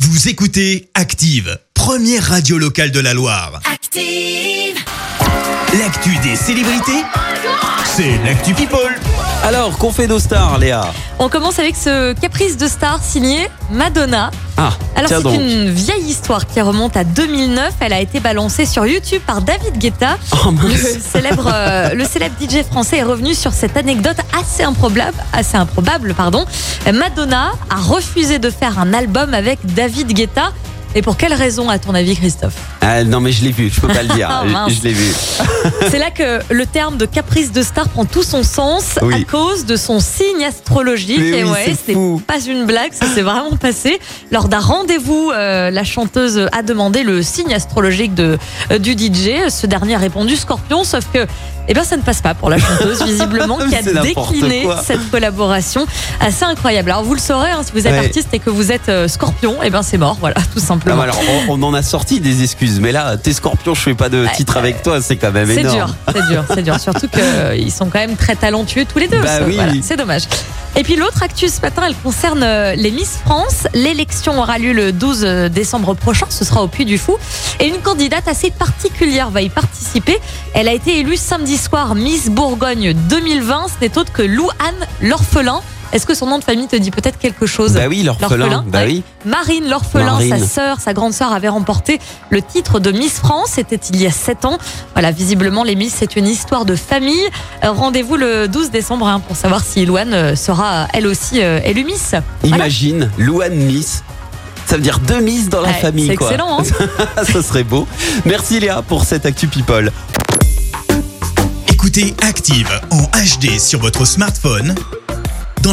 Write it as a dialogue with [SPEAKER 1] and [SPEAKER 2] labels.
[SPEAKER 1] Vous écoutez Active, première radio locale de la Loire.
[SPEAKER 2] Active.
[SPEAKER 1] L'actu des célébrités, c'est l'actu People.
[SPEAKER 3] Alors, qu'on fait nos stars, Léa
[SPEAKER 4] On commence avec ce caprice de star signé Madonna.
[SPEAKER 3] Ah,
[SPEAKER 4] Alors
[SPEAKER 3] tiens
[SPEAKER 4] c'est
[SPEAKER 3] donc.
[SPEAKER 4] une vieille histoire qui remonte à 2009. Elle a été balancée sur YouTube par David Guetta.
[SPEAKER 3] Oh
[SPEAKER 4] Le
[SPEAKER 3] mince.
[SPEAKER 4] célèbre, euh, le célèbre DJ français est revenu sur cette anecdote assez improbable. Assez improbable pardon. Madonna a refusé de faire un album avec David Guetta. Et pour quelle raison, à ton avis, Christophe
[SPEAKER 3] Ah, non, mais je l'ai vu, je peux pas le dire.
[SPEAKER 4] Ah, mince.
[SPEAKER 3] je je l'ai vu.
[SPEAKER 4] C'est là que le terme de caprice de star prend tout son sens
[SPEAKER 3] Oui.
[SPEAKER 4] à cause de son signe astrologique.
[SPEAKER 3] Mais
[SPEAKER 4] et
[SPEAKER 3] oui,
[SPEAKER 4] ouais,
[SPEAKER 3] c'est fou.
[SPEAKER 4] pas une blague, ça s'est vraiment passé. Lors d'un rendez-vous, euh, la chanteuse a demandé le signe astrologique de, euh, du DJ. Ce dernier a répondu Scorpion, sauf que eh ben, ça ne passe pas pour la chanteuse, visiblement, qui a
[SPEAKER 3] C'est n'importe
[SPEAKER 4] décliné
[SPEAKER 3] quoi.
[SPEAKER 4] cette collaboration assez incroyable. Alors vous le saurez, hein, si vous êtes
[SPEAKER 3] Ouais.
[SPEAKER 4] artiste et que vous êtes euh, Scorpion, eh ben, c'est mort, voilà, tout
[SPEAKER 3] Non, Ah, mais
[SPEAKER 4] simplement.
[SPEAKER 3] alors, on, on en a sorti des excuses, mais là, t'es scorpion, je fais pas de titre avec toi, c'est quand même
[SPEAKER 4] C'est
[SPEAKER 3] énorme.
[SPEAKER 4] dur, c'est dur, c'est dur. Surtout qu'ils sont quand même très talentueux tous les deux.
[SPEAKER 3] Bah
[SPEAKER 4] ça,
[SPEAKER 3] oui.
[SPEAKER 4] voilà, c'est dommage. Et puis l'autre actu ce matin, elle concerne euh, les Miss France. L'élection aura lieu le 12 décembre prochain, ce sera au Puy du Fou. Et une candidate assez particulière va y participer. Elle a été élue samedi soir Miss Bourgogne 2020. Ce n'est autre que Lou Anne l'orphelin. Est-ce que son nom de famille te dit peut-être quelque chose
[SPEAKER 3] Bah oui, l'orphelin.
[SPEAKER 4] L'orphelin,
[SPEAKER 3] Bah
[SPEAKER 4] ouais.
[SPEAKER 3] oui.
[SPEAKER 4] Marine l'orphelin,
[SPEAKER 3] Marine.
[SPEAKER 4] sa sœur, sa grande sœur avait remporté le titre de Miss France. C'était il y a 7 ans. Voilà, visiblement, les Miss, c'est une histoire de famille. Euh, Rendez-vous le 12 décembre hein, pour savoir si Elouane euh, sera euh, elle aussi euh, élue Miss. Voilà.
[SPEAKER 3] Imagine, Louane Miss. Ça veut dire deux Miss dans la
[SPEAKER 4] Ouais,
[SPEAKER 3] famille,
[SPEAKER 4] c'est
[SPEAKER 3] quoi. Ah,
[SPEAKER 4] excellent, hein.
[SPEAKER 3] Ça serait beau. Merci, Léa, pour cette Actu People.
[SPEAKER 1] Écoutez Active en HD sur votre smartphone, dans